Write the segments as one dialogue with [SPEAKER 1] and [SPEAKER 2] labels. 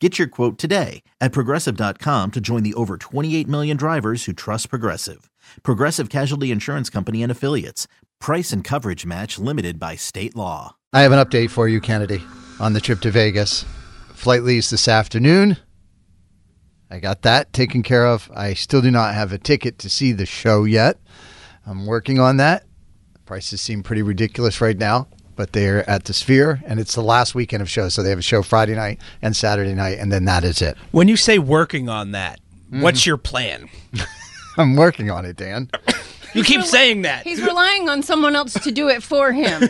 [SPEAKER 1] Get your quote today at progressive.com to join the over 28 million drivers who trust Progressive. Progressive Casualty Insurance Company and Affiliates. Price and coverage match limited by state law.
[SPEAKER 2] I have an update for you, Kennedy, on the trip to Vegas. Flight leaves this afternoon. I got that taken care of. I still do not have a ticket to see the show yet. I'm working on that. Prices seem pretty ridiculous right now, but they're at the Sphere, and it's the last weekend of shows. So they have a show Friday night and Saturday night, and then that is it.
[SPEAKER 3] When you say working on that, what's
[SPEAKER 2] Mm-hmm.
[SPEAKER 3] your plan?
[SPEAKER 2] I'm working on it, Dan.
[SPEAKER 3] You keep saying that.
[SPEAKER 4] He's relying on someone else to do it for him.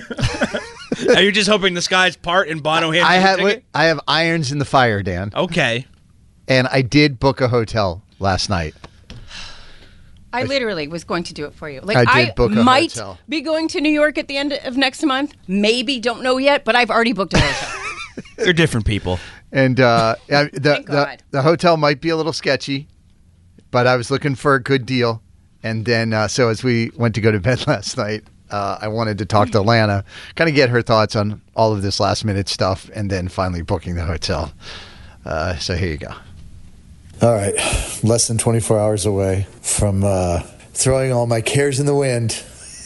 [SPEAKER 3] Are you just hoping this guy's part and Bono hands
[SPEAKER 2] I
[SPEAKER 3] you the
[SPEAKER 2] have
[SPEAKER 3] ticket? Oh.
[SPEAKER 2] I have irons in the fire, Dan,
[SPEAKER 3] Okay.
[SPEAKER 2] and I did book a hotel last night.
[SPEAKER 4] I literally was going to do it for you. Like
[SPEAKER 2] I did book a
[SPEAKER 4] might
[SPEAKER 2] hotel.
[SPEAKER 4] be going to New York at the end of next month. Maybe, don't know yet, but I've already booked a hotel.
[SPEAKER 3] They're different people.
[SPEAKER 2] and uh, I- the,
[SPEAKER 4] Thank
[SPEAKER 2] the
[SPEAKER 4] God.
[SPEAKER 2] the hotel might be a little sketchy, but I was looking for a good deal. And then, uh, so as we went to go to bed last night, uh, I wanted to talk to Lana, kind of get her thoughts on all of this last minute stuff, and then finally booking the hotel. Uh, so here you go.
[SPEAKER 5] All right, less than 24 hours away from uh, throwing all my cares in the wind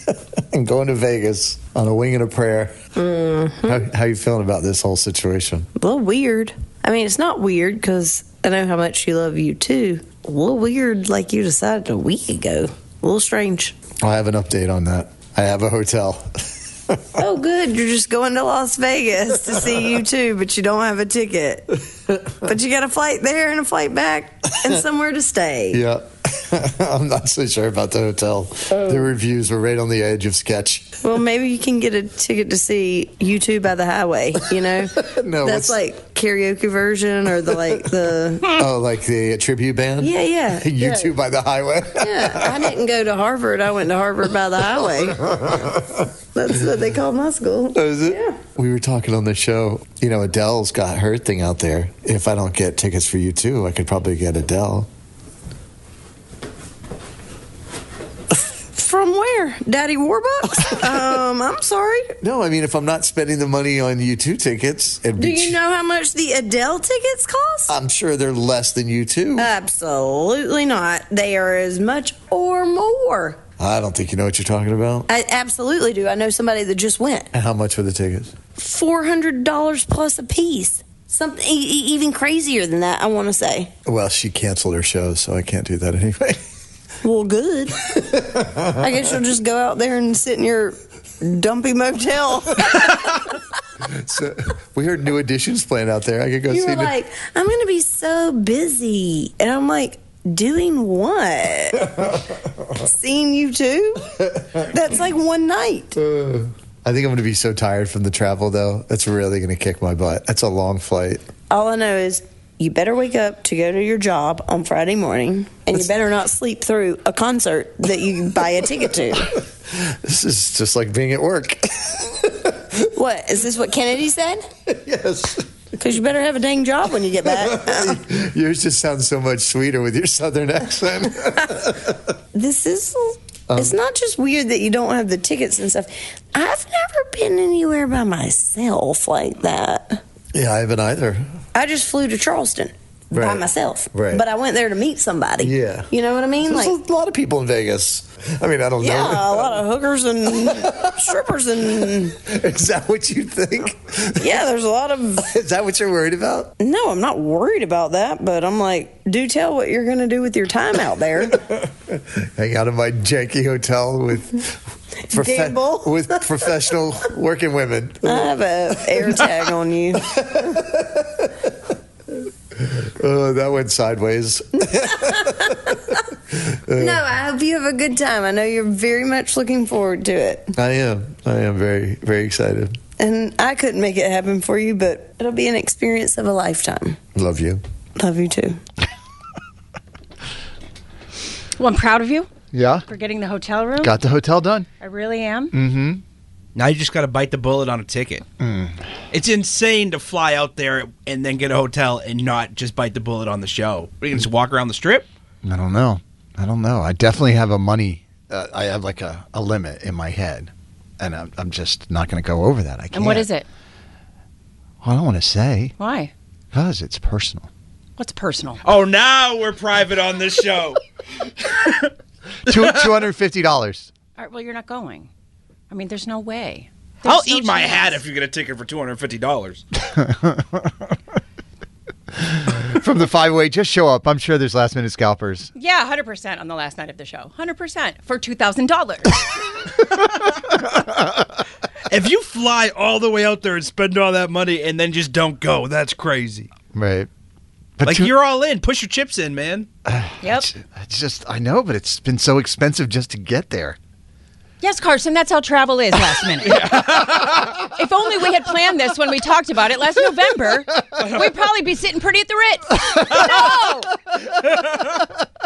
[SPEAKER 5] and going to Vegas on a wing and a prayer.
[SPEAKER 6] Mm-hmm.
[SPEAKER 5] How, how you feeling about this whole situation?
[SPEAKER 6] a little weird. I mean, it's not weird because I know how much you love you too. A little weird, like you decided a week ago. A little strange.
[SPEAKER 5] I have an update on that. I have a hotel.
[SPEAKER 6] Oh, good. You're just going to Las Vegas to see you too, but you don't have a ticket. But you got a flight there and a flight back and somewhere to stay.
[SPEAKER 5] yeah, I'm not so sure about the hotel.
[SPEAKER 6] Oh.
[SPEAKER 5] The reviews were right on the edge of sketch.
[SPEAKER 6] Well, maybe you can get a ticket to see you two by the highway, you know?
[SPEAKER 5] No,
[SPEAKER 6] That's
[SPEAKER 5] what's-
[SPEAKER 6] like karaoke version or the like the.
[SPEAKER 5] Oh, like the tribute band?
[SPEAKER 6] Ah. Yeah, yeah.
[SPEAKER 5] You two by the highway.
[SPEAKER 6] Yeah, I didn't go to Harvard. I went to Harvard by the highway. That's what they call my school.
[SPEAKER 5] Is it? We were talking on the show. You know, Adele's got her thing out there. If I don't get tickets for you too, I could probably get Adele.
[SPEAKER 6] From where? Daddy Warbucks? um, I'm sorry.
[SPEAKER 5] No, I mean, if I'm not spending the money on you two tickets, it'd
[SPEAKER 6] Do
[SPEAKER 5] be
[SPEAKER 6] you know how much the Adele tickets cost?
[SPEAKER 5] I'm sure they're less than you two.
[SPEAKER 6] Uh. Absolutely not. They are as much or more.
[SPEAKER 5] I don't think you know what you're talking about.
[SPEAKER 6] I absolutely do. I know somebody that just went.
[SPEAKER 5] And how much were the tickets?
[SPEAKER 6] $400 plus a piece. Something e- e- even crazier than that, I want to say.
[SPEAKER 5] Well, she canceled her show, so I can't do that anyway.
[SPEAKER 6] Well, good. I guess you'll just go out there and sit in your dumpy motel.
[SPEAKER 5] so we heard new additions playing out there. I could go
[SPEAKER 6] You
[SPEAKER 5] see.
[SPEAKER 6] were
[SPEAKER 5] New-
[SPEAKER 6] like, I'm going to be so busy. And I'm like, doing what? Seeing you too? That's like one night.
[SPEAKER 5] Uh, I think I'm going to be so tired from the travel, though. That's really going to kick my butt. That's a long flight.
[SPEAKER 6] All I know is you better wake up to go to your job on Friday morning and you better not sleep through a concert that you buy a ticket to.
[SPEAKER 5] This is just like being at work.
[SPEAKER 6] What? Is this what Kennedy said?
[SPEAKER 5] yes.
[SPEAKER 6] Because you better have a dang job when you get back.
[SPEAKER 5] Yours just sounds so much sweeter with your southern accent.
[SPEAKER 6] this is
[SPEAKER 5] Um,
[SPEAKER 6] it's not just weird that you don't have the tickets and stuff i've never been anywhere by myself like that
[SPEAKER 5] yeah, I haven't either.
[SPEAKER 6] i just flew to charleston by
[SPEAKER 5] Right.
[SPEAKER 6] myself
[SPEAKER 5] Right.
[SPEAKER 6] but i went there to meet somebody
[SPEAKER 5] Yeah.
[SPEAKER 6] you know what i mean
[SPEAKER 5] There's
[SPEAKER 6] like
[SPEAKER 5] a lot of people in Vegas. I mean, I don't
[SPEAKER 6] yeah a
[SPEAKER 5] know.
[SPEAKER 6] lot of hookers and strippers and
[SPEAKER 5] Is that what you think?
[SPEAKER 6] yeah there's a lot of
[SPEAKER 5] Is that what you're worried about?
[SPEAKER 6] no i'm not worried about that but i'm like do tell what you're gonna do with your time out there
[SPEAKER 5] Hang out in my janky hotel with profe-
[SPEAKER 6] Gamble.
[SPEAKER 5] with professional working women.
[SPEAKER 6] I have a air tag on you.
[SPEAKER 5] Uh, that went sideways. Uh.
[SPEAKER 6] No, I hope you have a good time. I know you're very much looking forward to it.
[SPEAKER 5] I am. I am very, very excited.
[SPEAKER 6] And I couldn't make it happen for you, but it'll be an experience of a lifetime.
[SPEAKER 5] Love you.
[SPEAKER 6] Love you too.
[SPEAKER 4] Well, I'm proud of you
[SPEAKER 2] Yeah.
[SPEAKER 4] for getting the hotel room.
[SPEAKER 2] Got the hotel done.
[SPEAKER 4] I really am.
[SPEAKER 3] Now you just got to bite the bullet on a ticket.
[SPEAKER 2] Mm.
[SPEAKER 3] It's insane to fly out there and then get a hotel and not just bite the bullet on the show. We can just walk around the strip.
[SPEAKER 2] I don't know. I don't know. I definitely have a money. Uh, I have like a, a limit in my head, and I'm, I'm just not going to go over that. I can't.
[SPEAKER 4] And what is it?
[SPEAKER 2] Well, I don't want to say
[SPEAKER 4] Why?
[SPEAKER 2] because it's personal.
[SPEAKER 4] What's personal?
[SPEAKER 3] Oh, now we're private on this show.
[SPEAKER 2] Two two hundred fifty dollars.
[SPEAKER 4] All right, well, you're not going. I mean, there's no way.
[SPEAKER 3] I'll
[SPEAKER 4] There's no
[SPEAKER 3] eat my
[SPEAKER 4] chance.
[SPEAKER 3] hat if you get a ticket for two hundred fifty dollars.
[SPEAKER 2] From the five way, just show up. I'm sure there's last minute scalpers.
[SPEAKER 4] Yeah, 100% on the last night of the show. 100% for $2,000.
[SPEAKER 3] if you fly all the way out there and spend all that money and then just don't go, that's crazy.
[SPEAKER 2] Right. But
[SPEAKER 3] Like
[SPEAKER 2] two-
[SPEAKER 3] you're all in. Push your chips in, man.
[SPEAKER 4] yep.
[SPEAKER 2] it's just I know, but it's been so expensive just to get there.
[SPEAKER 4] Yes, Carson, that's how travel is last minute. if only we had planned this when we talked about it last November, we'd probably be sitting pretty at the Ritz.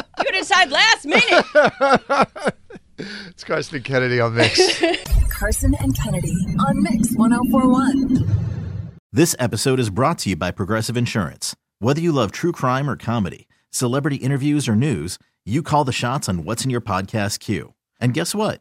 [SPEAKER 4] No! You decide last minute.
[SPEAKER 2] It's Carson Kennedy on Mix.
[SPEAKER 7] Carson and Kennedy on Mix 1041.
[SPEAKER 1] This episode is brought to you by Progressive Insurance. Whether you love true crime or comedy, celebrity interviews or news, you call the shots on what's in your podcast queue. And guess what?